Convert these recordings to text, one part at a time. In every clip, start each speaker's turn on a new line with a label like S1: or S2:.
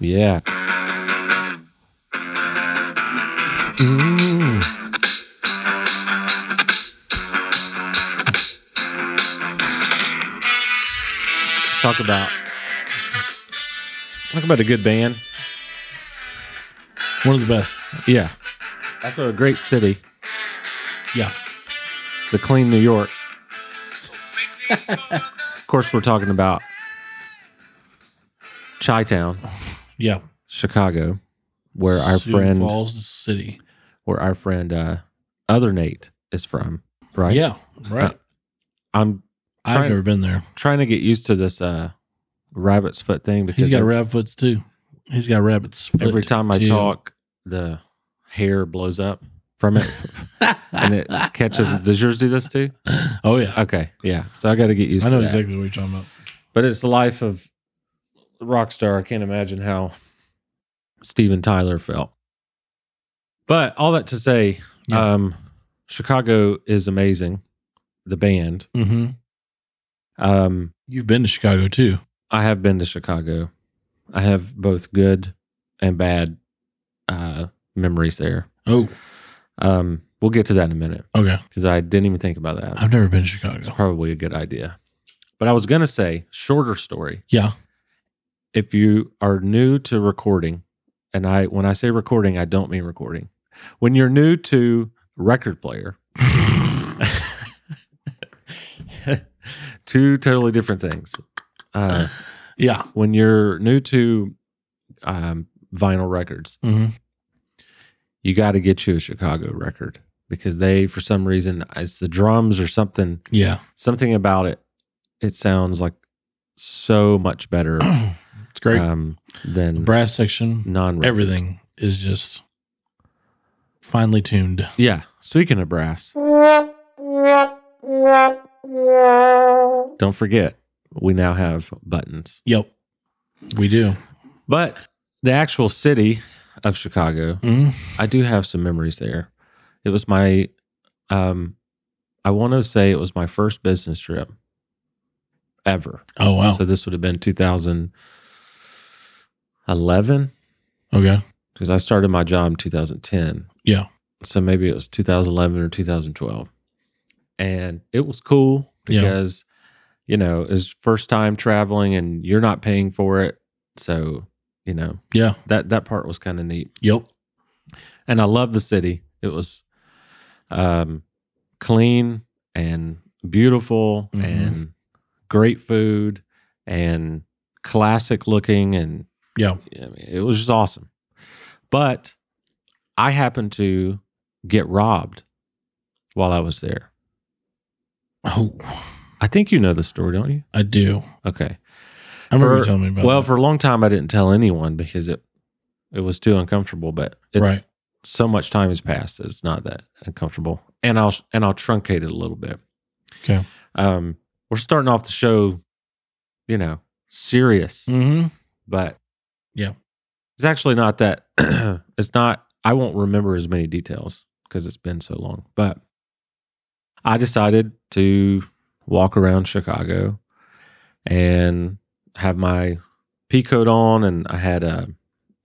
S1: Yeah. Mm. Talk about talk about a good band.
S2: One of the best.
S1: Yeah. Also a great city.
S2: Yeah.
S1: It's a clean New York. of course we're talking about Chi Town,
S2: Yeah.
S1: Chicago, where our
S2: Sioux
S1: friend
S2: Falls City.
S1: where our friend uh other Nate is from, right?
S2: Yeah. Right.
S1: I'm
S2: I've
S1: trying-
S2: never been there.
S1: trying to get used to this uh rabbit's foot thing because
S2: He's got rabbit foots too. He's got rabbits. Foot
S1: every time I
S2: too.
S1: talk the hair blows up from it and it catches does yours do this too?
S2: Oh yeah.
S1: Okay. Yeah. So I gotta get used
S2: I know
S1: to that.
S2: exactly what you're talking about.
S1: But it's the life of a rock star. I can't imagine how Steven Tyler felt. But all that to say,
S2: Yeah.
S1: um, Chicago is amazing. The band.
S2: Mm-hmm.
S1: Um,
S2: You've been to Chicago too.
S1: I have been to Chicago. I have both good and bad uh, memories there.
S2: Oh,
S1: Um, we'll get to that in a minute
S2: okay.
S1: because I didn't even think about that.
S2: I've never been
S1: It's
S2: to Chicago.
S1: probably a good idea. But I was going to say, shorter story.
S2: Yeah.
S1: if you are new to recording, and I when I say recording, I don't mean recording. When you're new to record player, two totally different things. Uh,
S2: Yeah.
S1: when you're new to um, vinyl records,
S2: Mm-hmm.
S1: you got to get you a Chicago record because they, for some reason, it's the drums or something,
S2: Yeah.
S1: something about it. It sounds like so much better
S2: it's great.
S1: um, than
S2: Brass section,
S1: non.
S2: everything is just finely tuned.
S1: Yeah. Speaking of brass, don't forget we now have buttons.
S2: Yep. We do.
S1: But the actual city of Chicago,
S2: Mm-hmm.
S1: I do have some memories there. It was my, um, I want to say it was my first business trip ever.
S2: Oh wow.
S1: So this would have been 2011
S2: Okay.
S1: because I started my job in 2010.
S2: Yeah.
S1: So maybe it was 2011 or 2012. And it was cool
S2: Yeah.
S1: because, you know, it's first time traveling and you're not paying for it. So, you know,
S2: Yeah.
S1: that, that part was kind of neat.
S2: Yep.
S1: And I love the city. It was um, clean and beautiful
S2: Mhm.
S1: and great food and classic looking and
S2: Yeah.
S1: I mean, it was just awesome. But I happened to get robbed while I was there.
S2: Oh,
S1: I think you know the story, don't you?
S2: I do.
S1: Okay.
S2: I remember
S1: For-
S2: you telling me about.
S1: Well,
S2: that.
S1: for a long time I didn't tell anyone because it it was too uncomfortable, but it's
S2: right.
S1: so much time has passed that it's not that uncomfortable. And I'll and I'll truncate it a little bit.
S2: Okay.
S1: Um we're starting off the show, you know, serious.
S2: Mm-hmm.
S1: but
S2: Yeah.
S1: it's actually not that it's not i won't remember as many details because it's been so long but i decided to walk around chicago and have my pea coat on and i had a,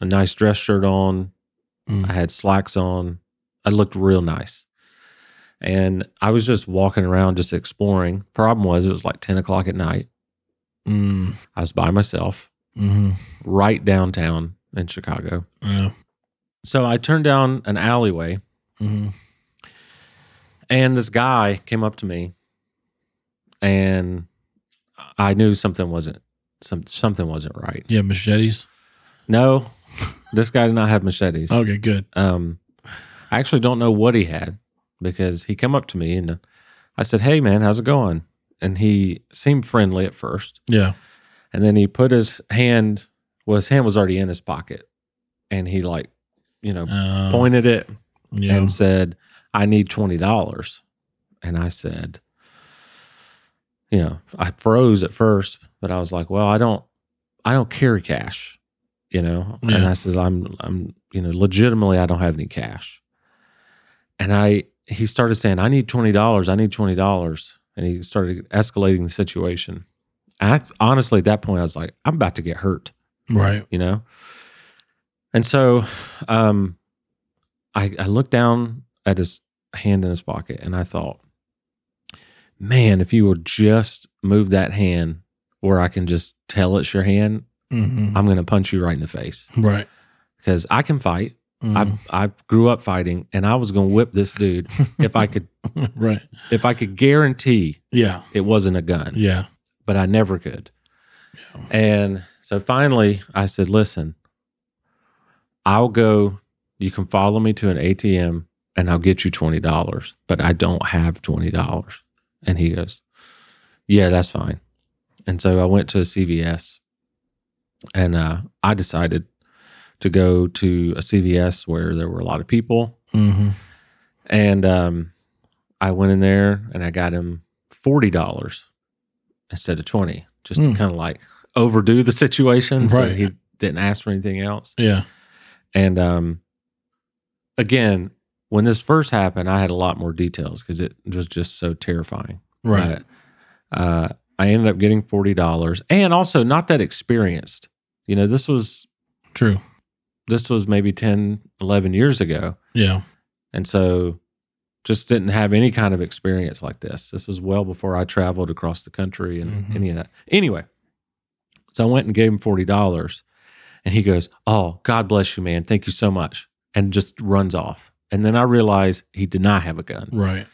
S1: a nice dress shirt on
S2: Mm.
S1: i had slacks on i looked real nice and i was just walking around just exploring problem was it was like 10 o'clock at night
S2: Mm-hmm.
S1: i was by myself right downtown in Chicago.
S2: Yeah.
S1: So I turned down an alleyway
S2: Mm-hmm.
S1: and this guy came up to me and I knew something wasn't some something wasn't right.
S2: Yeah. Machetes.
S1: No, this guy did not have machetes.
S2: Okay. Good.
S1: Um I actually don't know what he had because he came up to me and I said, "Hey man, how's it going?" And he seemed friendly at first.
S2: Yeah.
S1: And then he put his hand well, his hand was already in his pocket and he like, you know,
S2: Uh,
S1: pointed it
S2: Yeah.
S1: and said, I need $20. And I said, you know, I froze at first, but I was like, well, I don't, I don't carry cash, you know? And
S2: Yeah.
S1: I said, I'm, I'm, you know, legitimately, I don't have any cash. And I, he started saying, I need $20. I need $20. And he started escalating the situation. And I honestly, at that point, I was like, I'm about to get hurt
S2: right.
S1: you know And so um, I, I looked down at his hand in his pocket and I thought, man, if you will just move that hand where I can just tell it's your hand,
S2: Mm-hmm.
S1: I'm going to punch you right in the face
S2: Right.
S1: because I can fight.
S2: Mhm.
S1: I, I grew up fighting and I was going to whip this dude if I could,
S2: Mm-hmm. right.
S1: if I could guarantee
S2: Yeah.
S1: it wasn't a gun
S2: Yeah.
S1: but I never could. And so finally I said, listen, I'll go, you can follow me to an ATM and I'll get you $20, but I don't have $20. And he goes, yeah, that's fine. And so I went to a CVS and uh, I decided to go to a CVS where there were a lot of people.
S2: Mm-hmm.
S1: And um, I went in there and I got him forty dollars instead of twenty, just to
S2: Hmm.
S1: kind of like overdo the situation. So
S2: Right.
S1: he didn't ask for anything else.
S2: Yeah.
S1: And um, again, when this first happened, I had a lot more details because it was just so terrifying.
S2: Right.
S1: But, uh, I ended up getting forty dollars, and also not that experienced. You know, this was
S2: True.
S1: this was maybe 10, 11 years ago.
S2: Yeah.
S1: And so just didn't have any kind of experience like this. This is well before I traveled across the country and
S2: Mhm.
S1: any of that. Anyway, so I went and gave him $40 and he goes, Oh, God bless you, man. Thank you so much. And just runs off. And then I realize he did not have a gun,
S2: Right.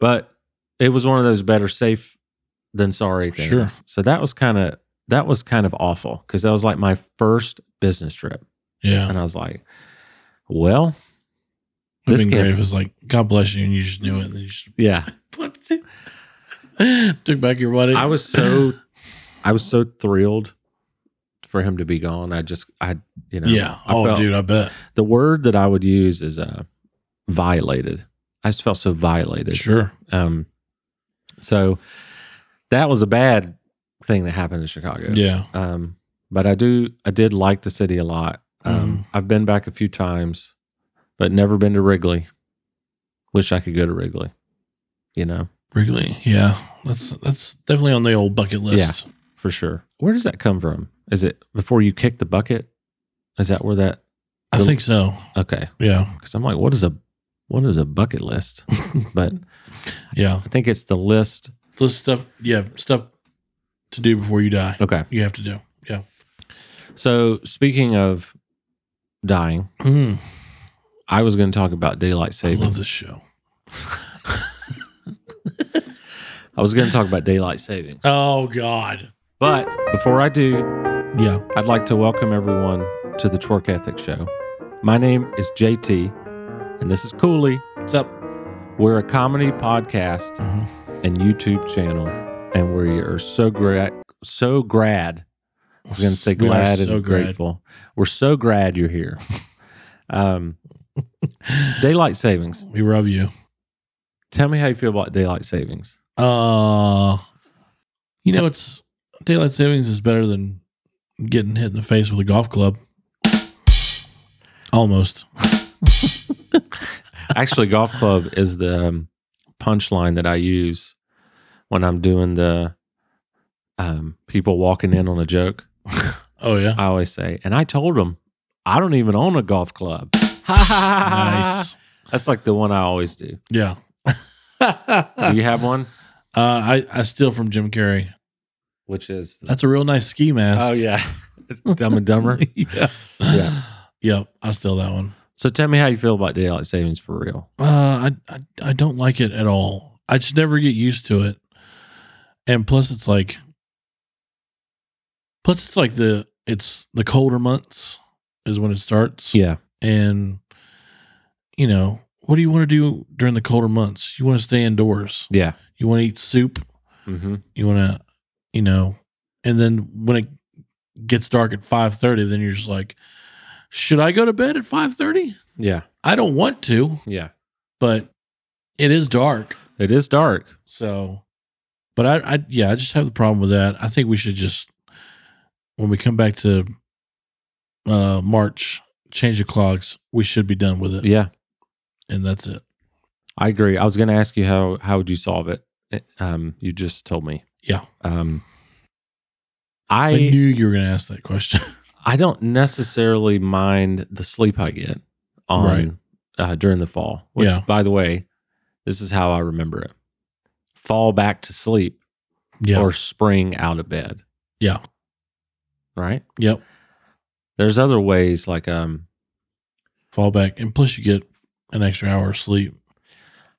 S1: but it was one of those better safe than sorry things.
S2: Sure.
S1: So that was kind of, that was kind of awful because that was like my first business trip.
S2: Yeah.
S1: And I was like, well,
S2: It'd
S1: This
S2: been
S1: can't-
S2: great if it's like, God bless you, and you just knew it, and you just
S1: yeah,
S2: put the- took back your money.
S1: I was so I was so thrilled for him to be gone. I just I you know
S2: yeah.
S1: I
S2: oh,
S1: felt-
S2: dude, I bet.
S1: the word that I would use is uh violated. I just felt so violated.
S2: Sure.
S1: Um so that was a bad thing that happened in Chicago.
S2: Yeah.
S1: Um but I do I did like the city a lot.
S2: Mm-hmm.
S1: Um I've been back a few times but never been to Wrigley. Wish I could go to Wrigley. You know,
S2: Wrigley. Yeah. That's that's definitely on the old bucket list.
S1: for sure. Where does that come from? Is it before you kick the bucket? Is that where that
S2: I think so.
S1: Okay,
S2: Yeah.
S1: because I'm like, what is a what is a bucket list? but
S2: Yeah.
S1: I think it's the list.
S2: List stuff. Yeah. Stuff to do before you die.
S1: Okay,
S2: You have to do. Yeah.
S1: so speaking of dying,
S2: Mm,
S1: I was going to talk about daylight
S2: I love
S1: savings.
S2: this show.
S1: I was going to talk about daylight savings,
S2: Oh God.
S1: but before I do,
S2: Yeah.
S1: I'd like to welcome everyone to the Twerk Ethics Show. My name is JT, and this is Cooley.
S2: What's up?
S1: We're a comedy podcast
S2: Mhm.
S1: and YouTube channel, and we are so gra- so grad I was going to say
S2: We are
S1: glad
S2: so
S1: and
S2: glad.
S1: grateful. We're so glad you're here. um, daylight savings.
S2: We love you.
S1: Tell me how you feel about daylight savings.
S2: Uh you know it's daylight savings is better than getting hit in the face with a golf club. Almost.
S1: Actually, golf club is the um, punchline that I use when I'm doing the um, people walking in on a joke.
S2: Oh yeah.
S1: I always say, and I told them, I don't even own a golf club. nice.
S2: Nice.
S1: That's like the one I always do.
S2: Yeah. uh,
S1: Do you have one?
S2: I I steal from Jim Carrey.
S1: Which is
S2: That's a real nice ski mask.
S1: oh yeah, Dumb and Dumber.
S2: yeah.
S1: Yeah.
S2: Yep. I steal that one.
S1: So tell me how you feel about daylight savings for real.
S2: Uh, I, I I don't like it at all. I just never get used to it, and plus it's like, plus it's like the it's the colder months is when it starts,
S1: Yeah.
S2: and you know what do you want to do during the colder months? You want to stay indoors.
S1: Yeah.
S2: You want to eat soup.
S1: Mm-hmm.
S2: You want to, you know, and then when it gets dark at five thirty, then you're just like, should I go to bed at five thirty?
S1: Yeah.
S2: I don't want to,
S1: Yeah.
S2: but it is dark.
S1: It is dark.
S2: So, but I, I, yeah, I just have the problem with that. I think we should just, when we come back to uh March, change the clocks. We should be done with it,
S1: Yeah.
S2: and that's it.
S1: I agree. I was going to ask you how how would you solve it? It- Um, you just told me.
S2: Yeah.
S1: Um,
S2: I,
S1: I
S2: knew you were going to ask that question.
S1: I don't necessarily mind the sleep I get on
S2: Right.
S1: uh, during the fall. Which,
S2: Yeah.
S1: by the way, this is how I remember it: fall back to sleep
S2: Yeah.
S1: or spring out of bed.
S2: Yeah.
S1: Right.
S2: yep.
S1: There's other ways, like um,
S2: Fall back. And plus, you get an extra hour of sleep.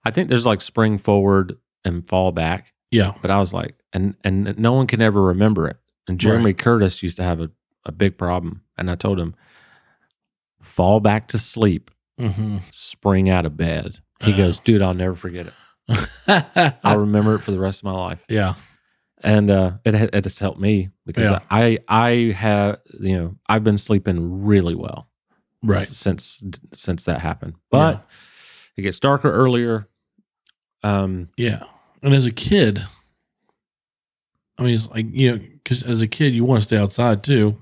S1: I think there's like spring forward and fall back.
S2: Yeah.
S1: But I was like, and and no one can ever remember it. And Jeremy Curtis used to have a, a big problem. And I told him, fall back to sleep,
S2: Mm-hmm.
S1: spring out of bed. He
S2: Uh.
S1: goes, dude, I'll never forget it. I'll remember it for the rest of my life.
S2: yeah.
S1: And uh, it ha- it has helped me because
S2: Yeah.
S1: I I have you know I've been sleeping really well
S2: Right.
S1: s- since since that happened. But it gets darker earlier. Um,
S2: Yeah. And as a kid, I mean, it's like, you know, because as a kid, you want to stay outside too.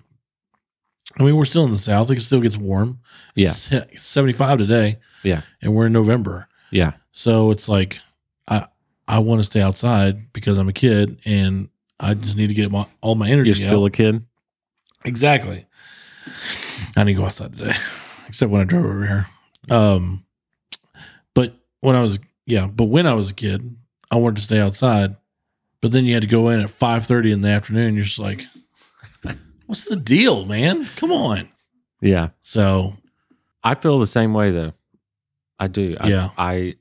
S2: I mean, we're still in the South. It still gets warm.
S1: Yeah.
S2: It's se- 75 today.
S1: Yeah.
S2: And we're in November.
S1: yeah,
S2: So it's like, I I want to stay outside because I'm a kid and I just need to get my, all my energy
S1: you're still
S2: out.
S1: a kid.
S2: exactly. I need to go outside today, except when I drove over here. Um, but when I was yeah, but when I was a kid, I wanted to stay outside. But then you had to go in at five thirty in the afternoon. You're just like, what's the deal, man? Come on.
S1: Yeah,
S2: So
S1: I feel the same way though. I do. I,
S2: Yeah.
S1: I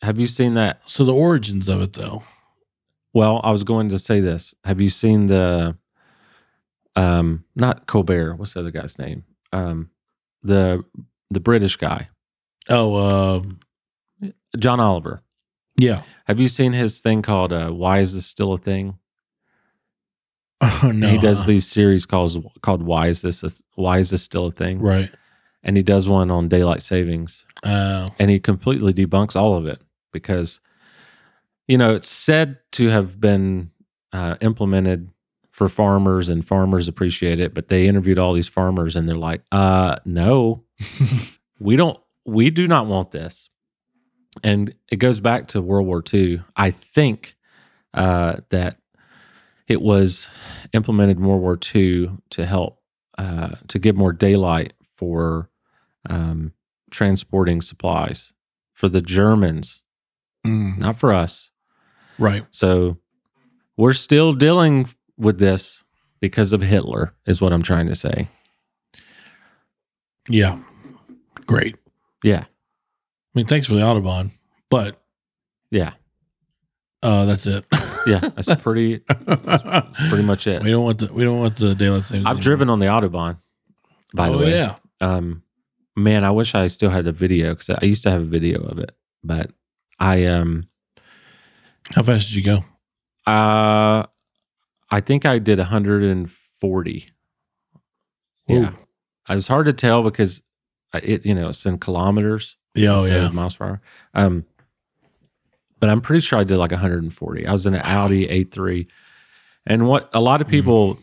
S1: have you seen that?
S2: so the origins of it though.
S1: Well, I was going to say this. Have you seen the um not Colbert, what's the other guy's name? Um the the British guy,
S2: Oh, um,
S1: John Oliver.
S2: yeah.
S1: Have you seen his thing called uh, "Why Is This Still a Thing"?
S2: Oh no.
S1: he does these series calls called "Why Is This a, Why Is This Still a Thing?"
S2: right.
S1: And he does one on daylight savings,
S2: Uh,
S1: and he completely debunks all of it because you know it's said to have been uh, implemented for farmers and farmers appreciate it but they interviewed all these farmers and they're like uh no we don't we do not want this and it goes back to world war ii i think uh, that it was implemented in world war ii to help uh, to give more daylight for um, transporting supplies for the germans
S2: mm,
S1: not for us
S2: right.
S1: so we're still dealing with this because of hitler is what i'm trying to say
S2: Yeah. Great.
S1: yeah
S2: I mean, thanks for the Audubon, but
S1: yeah
S2: uh, that's it.
S1: yeah that's pretty that's pretty much it
S2: We don't want the we don't want the daylight savings.
S1: I've
S2: anymore.
S1: driven on the autobahn. By the
S2: Oh,
S1: way,
S2: yeah,
S1: um, man, I wish I still had the video because I used to have a video of it, but I um,
S2: how fast did you go?
S1: uh, I think I did 140. Yeah,
S2: Ooh.
S1: it was hard to tell because I- it you know it's in kilometers.
S2: yeah, oh
S1: instead
S2: yeah.
S1: of miles per hour. Um, but I'm pretty sure I did like 140. I was in an Audi A3, and what a lot of
S2: Mhm.
S1: people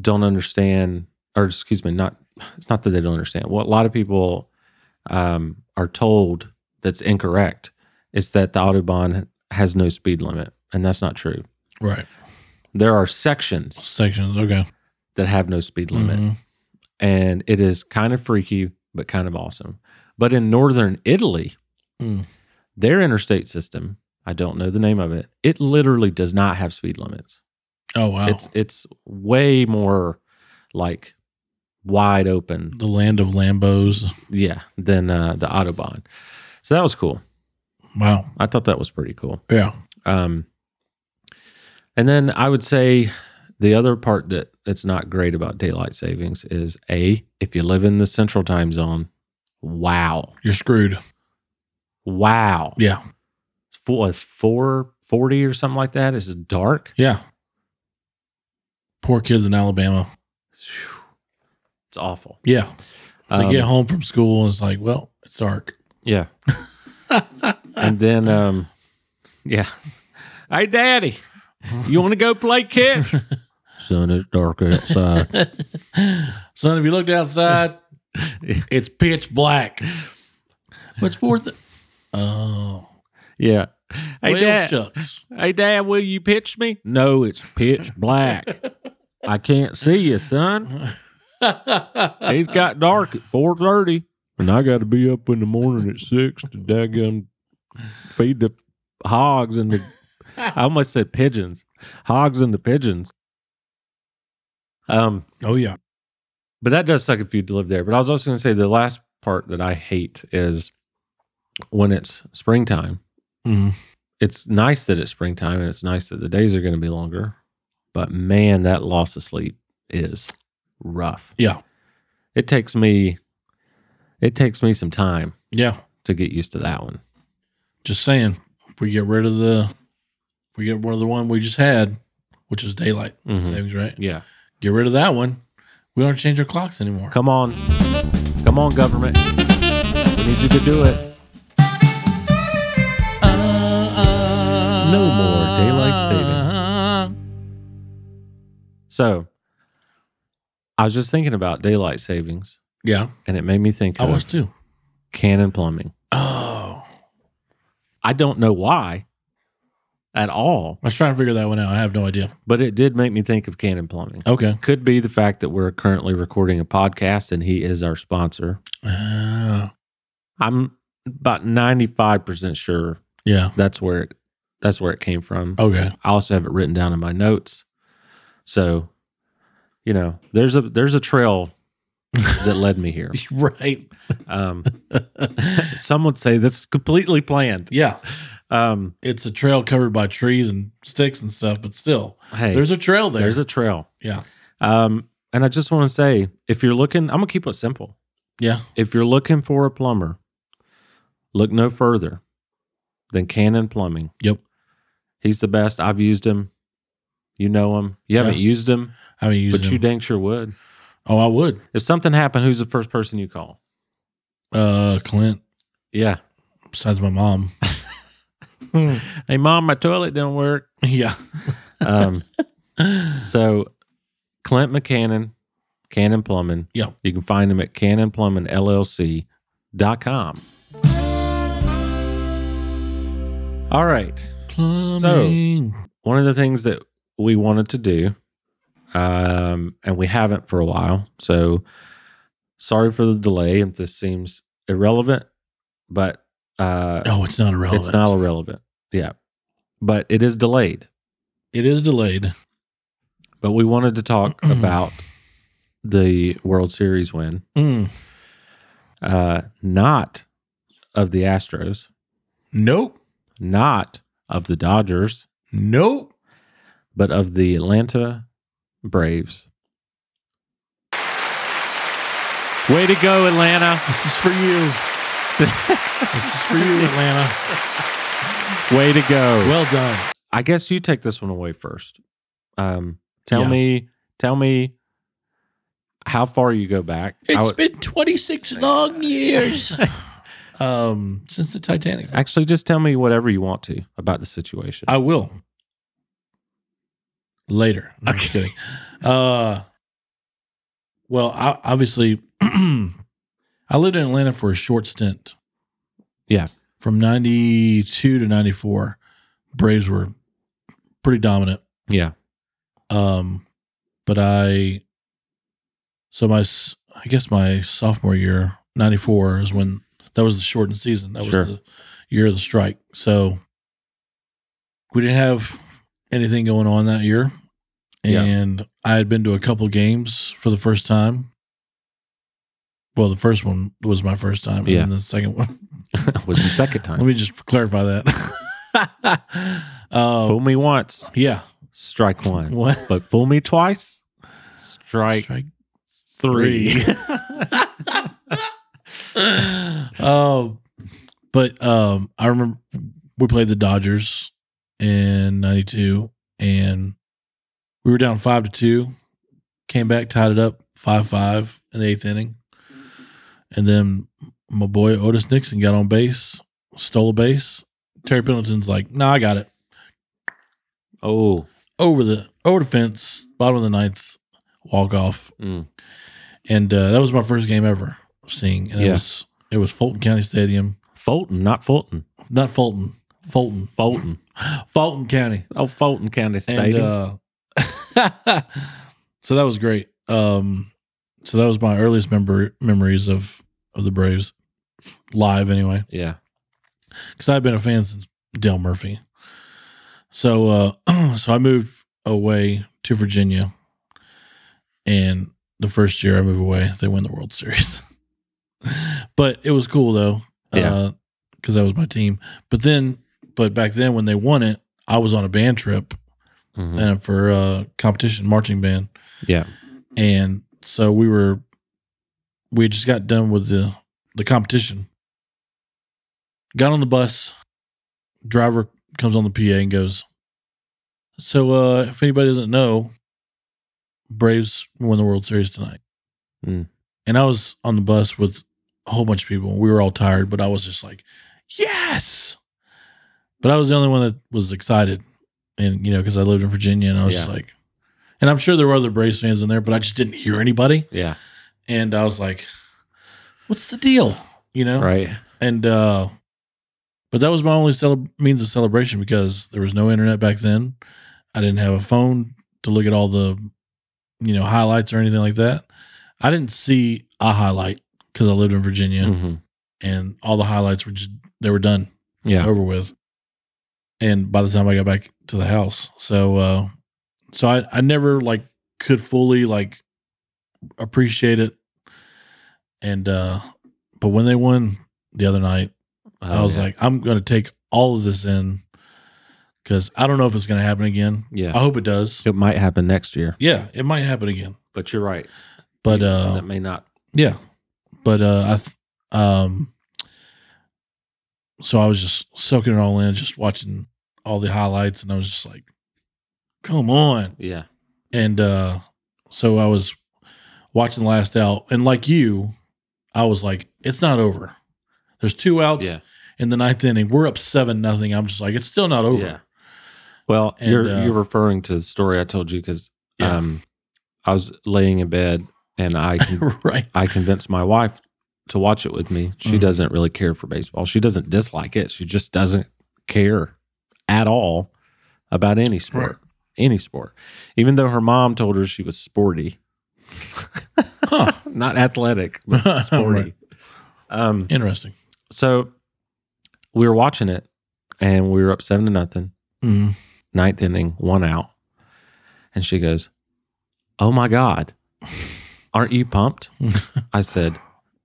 S1: don't understand, or excuse me, not it's not that they don't understand. What a lot of people um, are told that's incorrect is that the autobahn has no speed limit, and that's not true.
S2: Right
S1: There are sections
S2: sections. Okay,
S1: that have no speed limit,
S2: Mhm.
S1: and it is kind of freaky, but kind of awesome. But in northern Italy,
S2: Mm.
S1: their interstate system, I don't know the name of it, it literally does not have speed limits.
S2: Oh wow,
S1: It's it's way more like wide open,
S2: the land of Lambos.
S1: yeah, than uh, the autobahn. So that was cool.
S2: Wow,
S1: I thought that was pretty cool.
S2: yeah,
S1: Um, and then I would say the other part that that's not great about daylight savings is a if you live in the central time zone, wow,
S2: you're screwed.
S1: wow,
S2: Yeah,
S1: it's four four forty or something like that. It's dark.
S2: yeah. Poor kids in Alabama.
S1: Phew. It's awful.
S2: Yeah, they
S1: Um,
S2: get home from school and it's like, well, it's dark.
S1: Yeah. and then, um, yeah. Hey, Daddy, you want to go play catch? Son, it's dark outside.
S2: Son, if you looked outside, it's pitch black. What's fourth? Oh,
S1: yeah. Hey,
S2: well,
S1: Dad.
S2: shucks.
S1: Hey, Dad, will you pitch me? No, it's pitch black. I can't see you, son. He's got dark at four thirty, and I got to be up in the morning at six to daggum feed the hogs and the. I almost said pigeons, hogs and the pigeons. Um,
S2: Oh yeah.
S1: but that does suck if you live there. But I was also going to say the last part that I hate is when it's springtime. Mm-hmm.
S2: Mm.
S1: It's nice that it's springtime, and it's nice that the days are going to be longer. But man, that loss of sleep is rough.
S2: Yeah.
S1: it takes me it takes me some time
S2: Yeah.
S1: to get used to that one
S2: Just saying. If we get rid of the, if we get rid of the one we just had, which is daylight
S1: Mhm.
S2: savings, right?
S1: yeah
S2: Get rid of that one. We don't change our clocks anymore.
S1: come on come on government we need you to do it no more daylight savings so i was just thinking about daylight savings
S2: Yeah,
S1: and it made me think
S2: I
S1: of
S2: was too.
S1: canon plumbing
S2: Oh,
S1: i don't know why at all
S2: I was trying to figure that one out. I have no idea.
S1: but it did make me think of canon plumbing
S2: Okay.
S1: could be the fact that we're currently recording a podcast and he is our sponsor
S2: Uh,
S1: I'm about 95% sure
S2: yeah.
S1: that's where it that's where it came from.
S2: Okay.
S1: I also have it written down in my notes. So, you know, there's a there's a trail that led me here.
S2: right.
S1: Um some would say this is completely planned.
S2: yeah,
S1: Um
S2: it's a trail covered by trees and sticks and stuff, but still,
S1: hey,
S2: there's a trail there.
S1: there's a trail.
S2: Yeah.
S1: Um and I just want to say if you're looking, I'm going to keep it simple.
S2: yeah.
S1: If you're looking for a plumber, look no further than Cannon Plumbing.
S2: Yep.
S1: He's the best. I've used him. You know him. You haven't
S2: Yeah.
S1: used him,
S2: I mean,
S1: but you dang sure would.
S2: Oh, I would.
S1: If something happened, who's the first person you call?
S2: Uh, Clint.
S1: Yeah.
S2: Besides my mom.
S1: Hey, mom, my toilet don't work.
S2: yeah.
S1: Um, so, Clint McCannon, Cannon Plumbing.
S2: Yeah.
S1: You can find him at cannonplumbingllc.com. All right.
S2: Plumbing.
S1: one of the things that we wanted to do um and we haven't for a while so sorry for the delay if this seems irrelevant but uh
S2: oh, it's not irrelevant.
S1: it's not irrelevant yeah but it is delayed
S2: It is delayed.
S1: but we wanted to talk about the world series win
S2: Mm.
S1: uh not of the astros
S2: Nope.
S1: not of the dodgers
S2: Nope.
S1: but of the atlanta braves way to go atlanta
S2: This is for you. this is for you, Atlanta.
S1: Way to go. Well,
S2: Well done.
S1: I guess you take this one away first. Um, tell
S2: Yeah.
S1: me, tell me how far you go back. I
S2: It's
S1: would-
S2: been 26 long years um, since the Titanic.
S1: actually, just tell me whatever you want to about the situation.
S2: I will later. No, I'm just kidding. Uh, well, I, obviously, I lived in Atlanta for a short stint.
S1: Yeah.
S2: from '92 to '94, Braves were pretty dominant.
S1: yeah.
S2: Um, but I, so my, s- I guess my sophomore year, 94 is when that was the shortened season. That was
S1: Sure.
S2: the year of the strike. So we didn't have anything going on that year.
S1: Yeah.
S2: And I had been to a couple games for the first time. Well, the first one was my first time. And
S1: Yeah.
S2: then the second one.
S1: That was the second
S2: Let
S1: time.
S2: me just clarify that.
S1: fool
S2: um,
S1: me once,
S2: yeah.
S1: strike one.
S2: What?
S1: but fool me twice, strike,
S2: Strike
S1: three.
S2: um, but um, I remember we played the Dodgers in '92, and we were down five to two. Came back, tied it up five five in the eighth inning, and then my boy Otis Nixon got on base, stole a base. Terry Pendleton's like, "No, I got it."
S1: oh,
S2: Over the over the fence, bottom of the ninth, walk off,
S1: mm,
S2: and uh, that was my first game ever seeing, and it
S1: Yeah.
S2: was it was Fulton County Stadium,
S1: Fulton, not Fulton.
S2: not Fulton, Fulton,
S1: Fulton.
S2: Fulton County,
S1: Oh, Fulton County
S2: and
S1: Stadium.
S2: uh, so that was great. Um, So that was my earliest member memories of of the Braves live, anyway.
S1: Yeah.
S2: because I've been a fan since Dale Murphy. So, uh, so I moved away to Virginia, and the first year I moved away, they win the World Series. but it was cool though,
S1: Yeah.
S2: because that was my team. But then, but back then when they won it, I was on a band trip
S1: Mhm.
S2: and for uh, competition marching band,
S1: Yeah.
S2: and so we were we had just got done with the the competition got on the bus driver comes on the pa and goes so uh if anybody doesn't know braves won the world series tonight
S1: Mm.
S2: and i was on the bus with a whole bunch of people we were all tired but i was just like yes but i was the only one that was excited and you know because i lived in virginia and i was just
S1: Yeah.
S2: like and I'm sure there were other Braves fans in there, but I just didn't hear anybody.
S1: Yeah.
S2: And I was like, what's the deal? You know?
S1: Right.
S2: And, uh, but that was my only cele- means of celebration because there was no internet back then. I didn't have a phone to look at all the, you know, highlights or anything like that. I didn't see a highlight because I lived in Virginia
S1: Mhm.
S2: and all the highlights were just, they were done
S1: Yeah.
S2: over with. And by the time I got back to the house, so uh, so I I never like could fully like appreciate it. And uh, but when they won the other night, I
S1: Oh,
S2: was
S1: yeah.
S2: like, I'm gonna take all of this in because I don't know if it's gonna happen again. I
S1: yeah.
S2: hope it does.
S1: It might happen next year,
S2: Yeah, it might happen again,
S1: but you're right.
S2: but
S1: You-
S2: uh,
S1: that may not.
S2: Yeah, but uh, I, th- um, so I was just soaking it all in, just watching all the highlights, and I was just like, "Come on!"
S1: Yeah.
S2: And uh, so I was watching the last out, and like you, I was like, "It's not over. There's two outs
S1: Yeah.
S2: in the ninth inning. We're up seven nothing. I'm just like, it's still not over."
S1: Yeah. Well,
S2: And,
S1: you're
S2: uh,
S1: you're referring to the story I told you because
S2: Yeah.
S1: um, I was laying in bed and I con-
S2: right.
S1: I convinced my wife to watch it with me. She
S2: Mhm.
S1: doesn't really care for baseball. She doesn't dislike it. She just doesn't care at all about any sport.
S2: Right.
S1: Any sport. Even though her mom told her she was sporty.
S2: Huh.
S1: Not athletic, but sporty.
S2: Right.
S1: Um
S2: Interesting.
S1: so we were watching it and we were up seven to nothing, Mm-hmm.
S2: Mm.
S1: ninth inning, one out. And she goes, Oh my God, aren't you pumped? I said,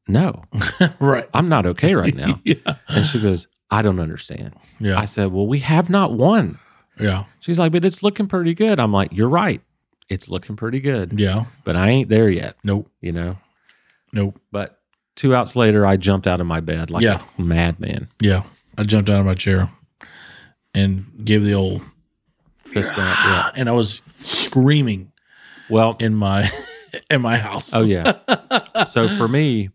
S1: No,
S2: right.
S1: I'm not okay right now.
S2: yeah.
S1: And she goes, I don't understand.
S2: Yeah.
S1: I said, Well, we have not won.
S2: Yeah.
S1: She's like, But it's looking pretty good. I'm like, You're right. It's looking pretty good,
S2: Yeah.
S1: but I ain't there yet,
S2: Nope.
S1: you know?
S2: Nope.
S1: But two outs later, I jumped out of my bed like
S2: Yeah.
S1: a madman,
S2: Yeah, I jumped out of my chair and gave the old,
S1: fist bump. Yeah.
S2: and I was screaming
S1: Well,
S2: in my in my house.
S1: oh, yeah. So for me,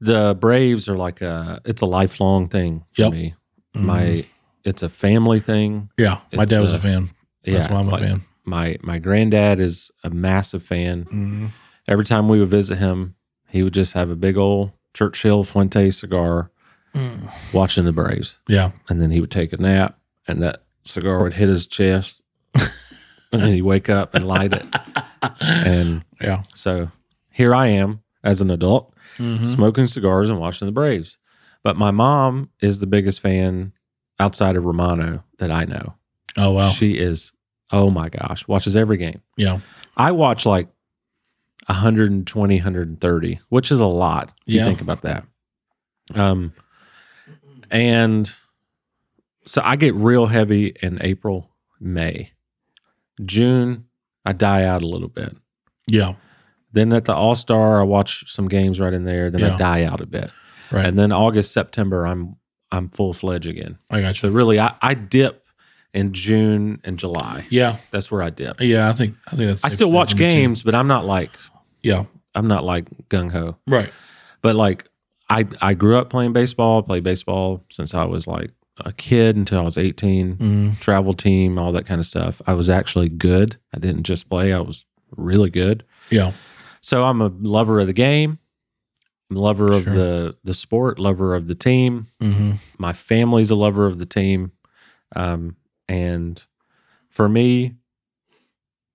S1: the Braves are like a, it's a lifelong thing for
S2: Yep.
S1: me.
S2: Mhm.
S1: My, it's a family thing.
S2: yeah, my
S1: it's,
S2: dad was
S1: uh,
S2: a fan. That's why I'm
S1: it's
S2: a
S1: like
S2: fan.
S1: My, my granddad is a massive fan.
S2: Mhm.
S1: every time we would visit him, he would just have a big old Churchill Fuente cigar watching the Braves.
S2: Mm-hmm. Yeah,
S1: And then he would take a nap and that cigar would hit his chest. and then he'd wake up and light it. And
S2: yeah,
S1: so here I am as an adult
S2: Mhm.
S1: smoking cigars and watching the Braves. But my mom is the biggest fan outside of Romano that I know.
S2: oh wow,
S1: She is, oh my gosh, watches every game.
S2: yeah,
S1: I watch like 120, 130, which is a lot. If
S2: Yeah.
S1: You think about that. Um, and so I get real heavy in April, May, June. I die out a little bit.
S2: yeah,
S1: Then at the All Star, I watch some games right in there. Then
S2: Yeah.
S1: I die out a bit,
S2: right.
S1: and then August, September, I'm I'm full fledged again.
S2: I got
S1: So
S2: you.
S1: really, I, I dip in June and July.
S2: Yeah,
S1: That's where I dip.
S2: yeah. I think I think that's.
S1: I
S2: safe
S1: still
S2: to say
S1: watch
S2: for me, too.
S1: games, but I'm not like
S2: Yeah,
S1: I'm not like gung ho,
S2: right.
S1: but like I I grew up playing baseball. Played baseball since I was like a kid until I was eighteen.
S2: Mm.
S1: Travel team, all that kind of stuff. I was actually good. I didn't just play. I was really good.
S2: Yeah,
S1: So I'm a lover of the game. I'm a lover of
S2: Sure.
S1: the the sport. Lover of the team.
S2: hmm
S1: My family's a lover of the team. Um, and for me,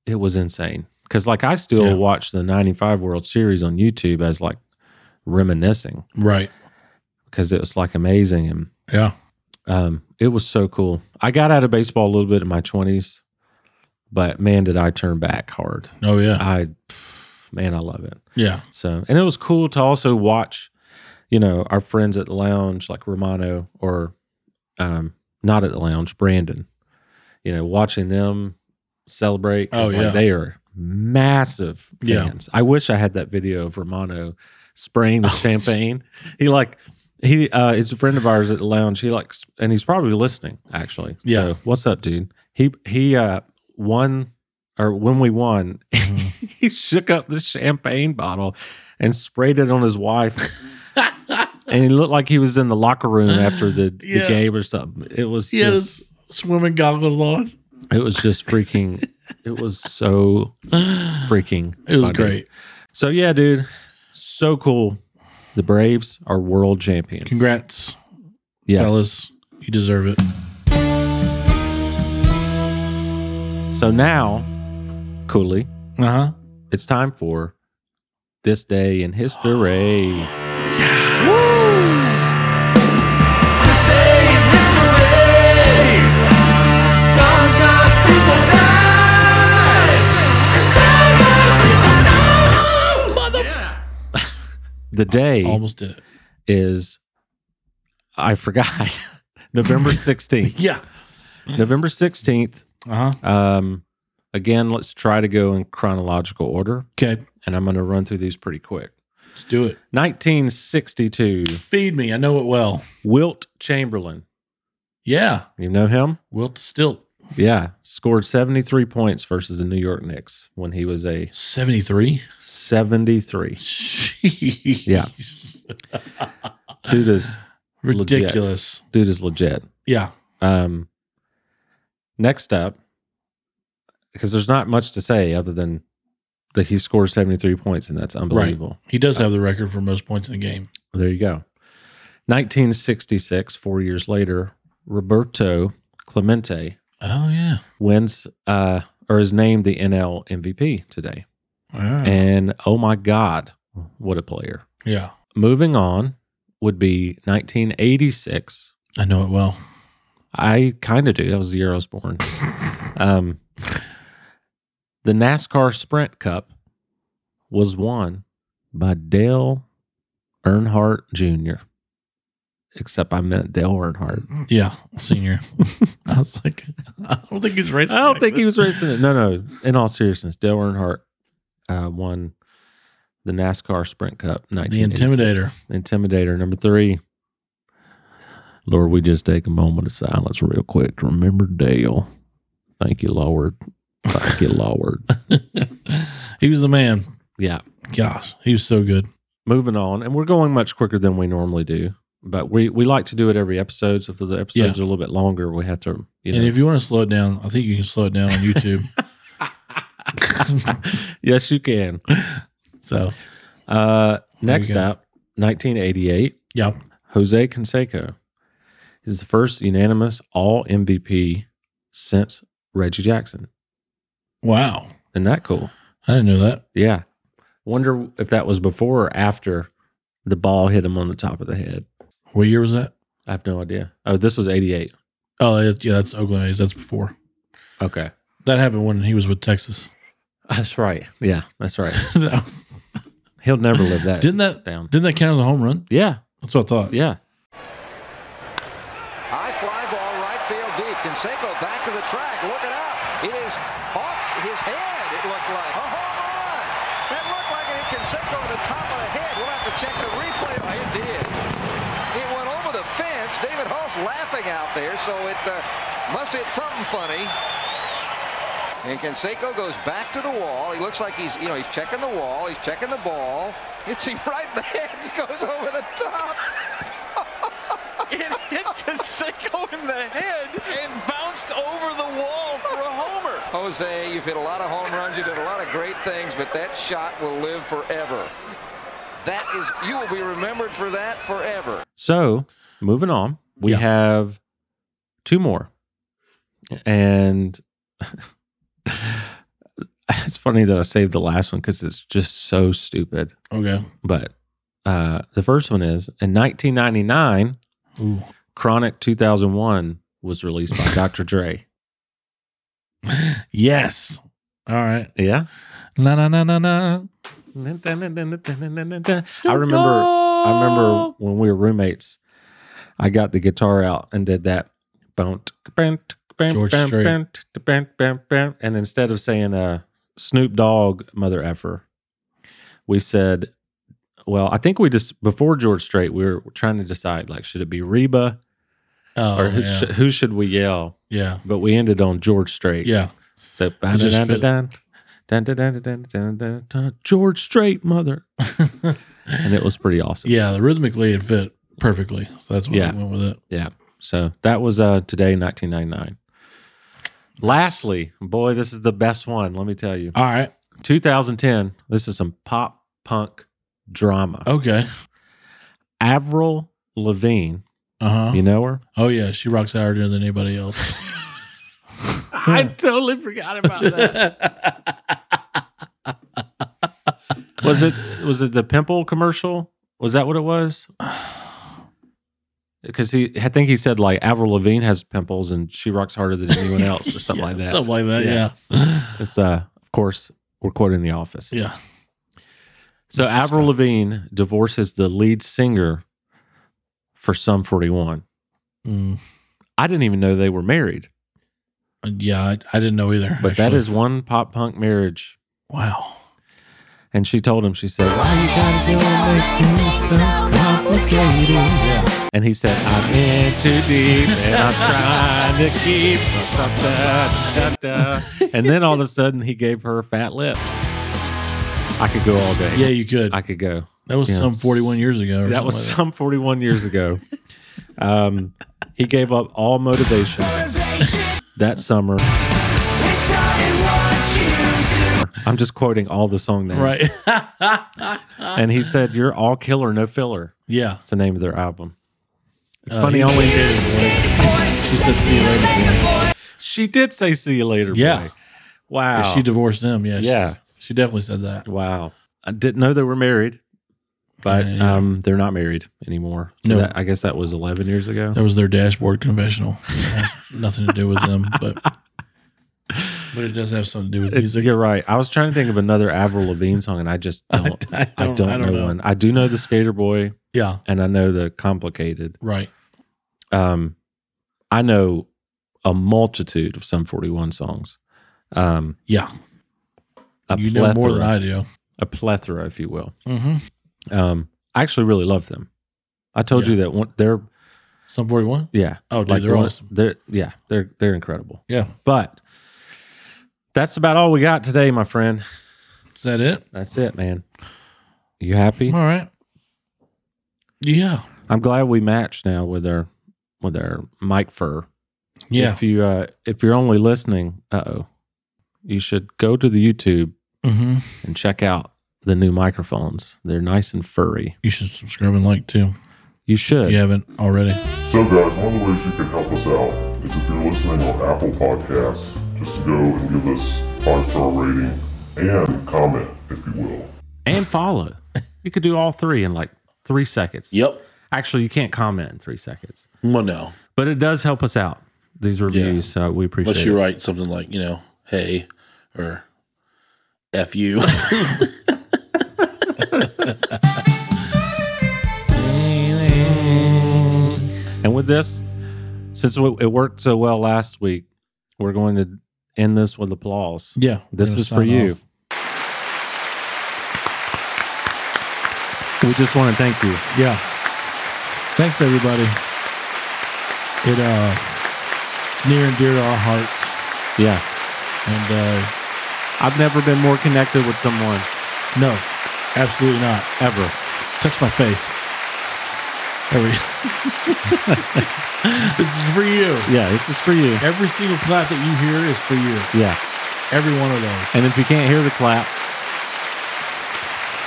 S1: it was insane. Because like I still
S2: Yeah.
S1: watch the '95 World Series on YouTube as like reminiscing
S2: Right.
S1: because it was like amazing and
S2: Yeah.
S1: um, it was so cool. I got out of baseball a little bit in my 20s, but man, did I turn back hard.
S2: Oh yeah.
S1: I, man, I love it.
S2: Yeah.
S1: So, and it was cool to also watch, you know, our friends at the lounge, like Romano or um, not at the lounge, Brandon, you know, watching them celebrate. 'cause,
S2: Oh,
S1: like,
S2: yeah.
S1: they are massive
S2: Yeah.
S1: fans. I wish I had that video of Romano spraying
S2: Oh,
S1: the champagne. He like, he uh is a friend of ours at the lounge. He likes and he's probably listening actually.
S2: Yeah.
S1: So, what's up, dude? He he uh won or when we won,
S2: Mhm.
S1: he shook up the champagne bottle and sprayed it on his wife. and he looked like he was in the locker room after the,
S2: Yeah.
S1: the game or something. It was
S2: He had
S1: just,
S2: his swimming goggles on.
S1: it was just freaking, it was so
S2: It
S1: freaking.
S2: was
S1: funny.
S2: great.
S1: So yeah, dude, so cool. The Braves are world champions.
S2: Congrats,
S1: Yes.
S2: fellas. You deserve it.
S1: So now, Cooley,
S2: Uh huh.
S1: it's time for this day in history.
S3: This day in history. Sometimes people die, and sometimes people don't. Mother.
S1: The day
S2: Almost did it.
S1: is I forgot. November 16th.
S2: Yeah.
S1: November 16th.
S2: Uh huh.
S1: Um, again, let's try to go in chronological order,
S2: Okay.
S1: and I'm going to run through these pretty quick.
S2: Let's do it.
S1: 1962,
S2: Feed me. I know it well.
S1: Wilt Chamberlain.
S2: Yeah.
S1: You know him?
S2: Wilt Stilt.
S1: Yeah. Scored 73 points versus the New York Knicks when he was a
S2: 73.
S1: 73.
S2: Jeez.
S1: Yeah. Dude is,
S2: Ridiculous.
S1: dude is legit.
S2: Yeah.
S1: Um, next up, because there's not much to say other than that he scored 73 points, and that's unbelievable.
S2: He does have the record for most points in a game.
S1: Well, there you go. 1966, four years later, Roberto Clemente
S2: Oh, yeah.
S1: wins uh, or is named the NL MVP today.
S2: All right.
S1: And oh my God, what a player.
S2: yeah.
S1: Moving on would be 1986.
S2: I know it well.
S1: I kind of do. That was the year I was born. um, the NASCAR Sprint Cup was won by Dale Earnhardt Jr. Except I meant Dale Earnhardt.
S2: Yeah. Senior. I was like, I don't think he's racing.
S1: I don't
S2: like
S1: think he
S2: that.
S1: was racing it. No, no. In all seriousness, Dale Earnhardt uh, won the NASCAR Sprint Cup. 1986. Intimidator number three. Lord, we just take a moment of silence real quick to remember Dale. Thank you, Lord. Thank you, Lord.
S2: he was the man.
S1: Yeah.
S2: Gosh, he was so good.
S1: Moving on, and we're going much quicker than we normally do, but we we like to do it every episode. So if the episodes
S2: Yeah.
S1: are a little bit longer, we have to. You know,
S2: And if you want to slow it down, I think you can slow it down on YouTube.
S1: yes, you can.
S2: so,
S1: Uh,
S2: There you
S1: next
S2: go.
S1: up, 1988,
S2: yeah.
S1: Jose Canseco is the first unanimous All MVP since Reggie Jackson.
S2: Wow.
S1: Isn't that cool?
S2: I didn't know that.
S1: Yeah. Wonder if that was before or after the ball hit him on the top of the head.
S2: What year was that?
S1: I have no idea. Oh, this was 88.
S2: Oh, yeah, that's Oakland A's. That's before.
S1: Okay.
S2: That happened when he was with Texas.
S1: That's right. Yeah, that's right.
S2: that was,
S1: He'll never live that
S2: didn't that
S1: down.
S2: didn't that count as a home run?
S1: Yeah,
S2: That's what I thought.
S1: yeah.
S4: High fly ball, right field deep. Conseco back to the track. Look it up. It is off his head, it looked like. A home run. That looked like it hit Conseco on the top of the head. We'll have to check the replay. Oh, It did. It went over the fence. David Hull's laughing out there, so it uh, must hit something funny. And Conseco goes back to the wall. He looks like he's, you know, he's checking the wall. He's checking the ball. It's he right in the head. He goes over the top.
S5: It hit Canseco in the head and bounced over the wall for a homer.
S4: Jose, you've hit a lot of home runs, you did a lot of great things, but that shot will live forever. That is, you will be remembered for that forever.
S1: So moving on, we
S2: Yeah.
S1: have two more, and it's funny that I saved the last one because it's just so stupid.
S2: Okay.
S1: But uh, the first one is in 1999,
S2: Ooh.
S1: Chronic 2001 was released by Dr. Dre.
S2: Yes. All right.
S1: Yeah.
S2: Na na na na na.
S1: I remember. I remember
S2: Oh,
S1: when we were roommates. I got the guitar out and did that. Bunt, bunt, bunt,
S2: George
S1: bunt,
S2: Strait.
S1: bunt, bunt, bunt, bunt. And instead of saying uh, Snoop Dogg, mother effer, we said, well, I think we just, before George Strait, we were trying to decide, like, should it be Reba
S2: Oh,
S1: or who,
S2: yeah.
S1: sh- who should we yell?
S2: yeah.
S1: But we ended on George Strait.
S2: Yeah.
S1: So,
S2: just fit.
S1: dun-dun-dun-dun-dun, dun-dun-dun-dun-dun-dun, George Strait, mother. And it was pretty awesome.
S2: yeah. The rhythmically it fit perfectly. So that's why
S1: Yeah.
S2: I went with it.
S1: Yeah. So that was uh today, 1999. Lastly, boy, this is the best one. Let me tell you,
S2: All right.
S1: 2010. This is some pop punk drama.
S2: Okay.
S1: Avril Lavigne,
S2: Uh huh.
S1: you know her?
S2: Oh yeah. She rocks harder than anybody else.
S1: I totally forgot about that. was it was it the pimple commercial? Was that what it was? Because he, I think he said like Avril Lavigne has pimples and she rocks harder than anyone else or something
S2: Yeah,
S1: like that.
S2: Something like that. Yeah.
S1: It's uh, of course, we're quoting The Office.
S2: Yeah.
S1: So Avril Lavigne divorces the lead singer for Sum 41.
S2: Mm.
S1: I didn't even know they were married,
S2: Uh, Yeah. I, I didn't know either.
S1: but that
S2: actually.
S1: is one pop punk marriage.
S2: wow.
S1: And she told him, she said, and he said, I'm in too deep and I'm trying to keep. da, da, da, da." And then all of a sudden, he gave her a fat lip. I could go all day.
S2: Yeah, you could.
S1: I could go.
S2: that was
S1: yeah.
S2: some 41 years ago. Or
S1: That was
S2: something
S1: some 41 years ago. um, he gave up all motivation that summer. I'm just quoting all the song names.
S2: like that. right.
S1: And he said, You're all killer, no filler.
S2: yeah.
S1: It's the name of their album.
S2: Uh,
S1: Funny
S2: he-
S1: only.
S2: She said, "See you later." boy."
S1: She did say, See you later.
S2: Yeah.
S1: Boy. Wow.
S2: She divorced him. Yeah. she-
S1: Yeah.
S2: She definitely said that.
S1: Wow. I didn't know they were married, but
S2: Yeah.
S1: um, they're not married anymore. So
S2: No.
S1: that- I guess that was 11 years ago.
S2: That was their dashboard confessional. It has nothing to do with them, but but it does have something to do with
S1: It's-
S2: music.
S1: you're right. I was trying to think of another Avril Lavigne song, and I just
S2: I
S1: don't.
S2: don't, I
S1: I
S2: don't,
S1: don't, know,
S2: know.
S1: one. I do know the Skater Boy,
S2: Yeah.
S1: and I know the Complicated.
S2: Right.
S1: Um, I know a multitude of some forty-one songs. Um,
S2: Yeah.
S1: a
S2: you
S1: plethora,
S2: know more than I do.
S1: a plethora, if you will.
S2: Mm-hmm.
S1: Um, I actually really love them. I told
S2: Yeah.
S1: you that one, they're
S2: Some 41.
S1: yeah,
S2: Oh, dude, they're
S1: one-
S2: awesome.
S1: They're yeah, they're they're incredible.
S2: Yeah.
S1: But that's about all we got today, my friend.
S2: Is that it?
S1: That's it, man. You happy?
S2: All right. Yeah.
S1: I'm glad we matched now with our with our mic fur.
S2: Yeah.
S1: If you uh, if you're only listening, uh oh, you should go to the YouTube
S2: Mm-hmm.
S1: and check out the new microphones. They're nice and furry.
S2: You should subscribe and like too.
S1: You should.
S2: If you haven't already.
S6: So, guys, one of the ways you can help us out is if you're listening on Apple Podcasts, just to go and give us five star rating and comment, if you will.
S1: And follow. you could do all three in like three seconds.
S2: Yep.
S1: Actually, you can't comment in three seconds,
S2: Well, no.
S1: but it does help us out. These reviews, so we appreciate
S2: Unless you write something like, you know, hey, or F you.
S1: And with this, since we- it worked so well last week, we're going to end this with applause.
S2: yeah.
S1: This
S2: we're gonna
S1: is for
S2: sign
S1: you.
S2: off.
S1: We just want to thank you.
S2: Yeah. Thanks, everybody. It, uh, it's near and dear to our hearts.
S1: Yeah.
S2: And, uh,
S1: I've never been more connected with someone
S2: no, absolutely not.
S1: ever.
S2: Touch my face. There we this is for you.
S1: Yeah, this is for you.
S2: Every single clap that you hear is for you.
S1: Yeah.
S2: Every one of those.
S1: And if you can't hear the clap,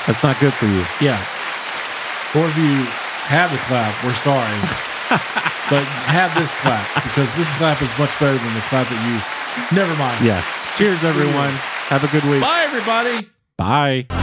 S1: that's not good for you.
S2: Yeah. Or if you have the clap, we're sorry. but have this clap because this clap is much better than the clap that you. Never mind.
S1: Yeah. Cheers, everyone.
S7: Have a good week.
S1: Bye, everybody.
S7: Bye.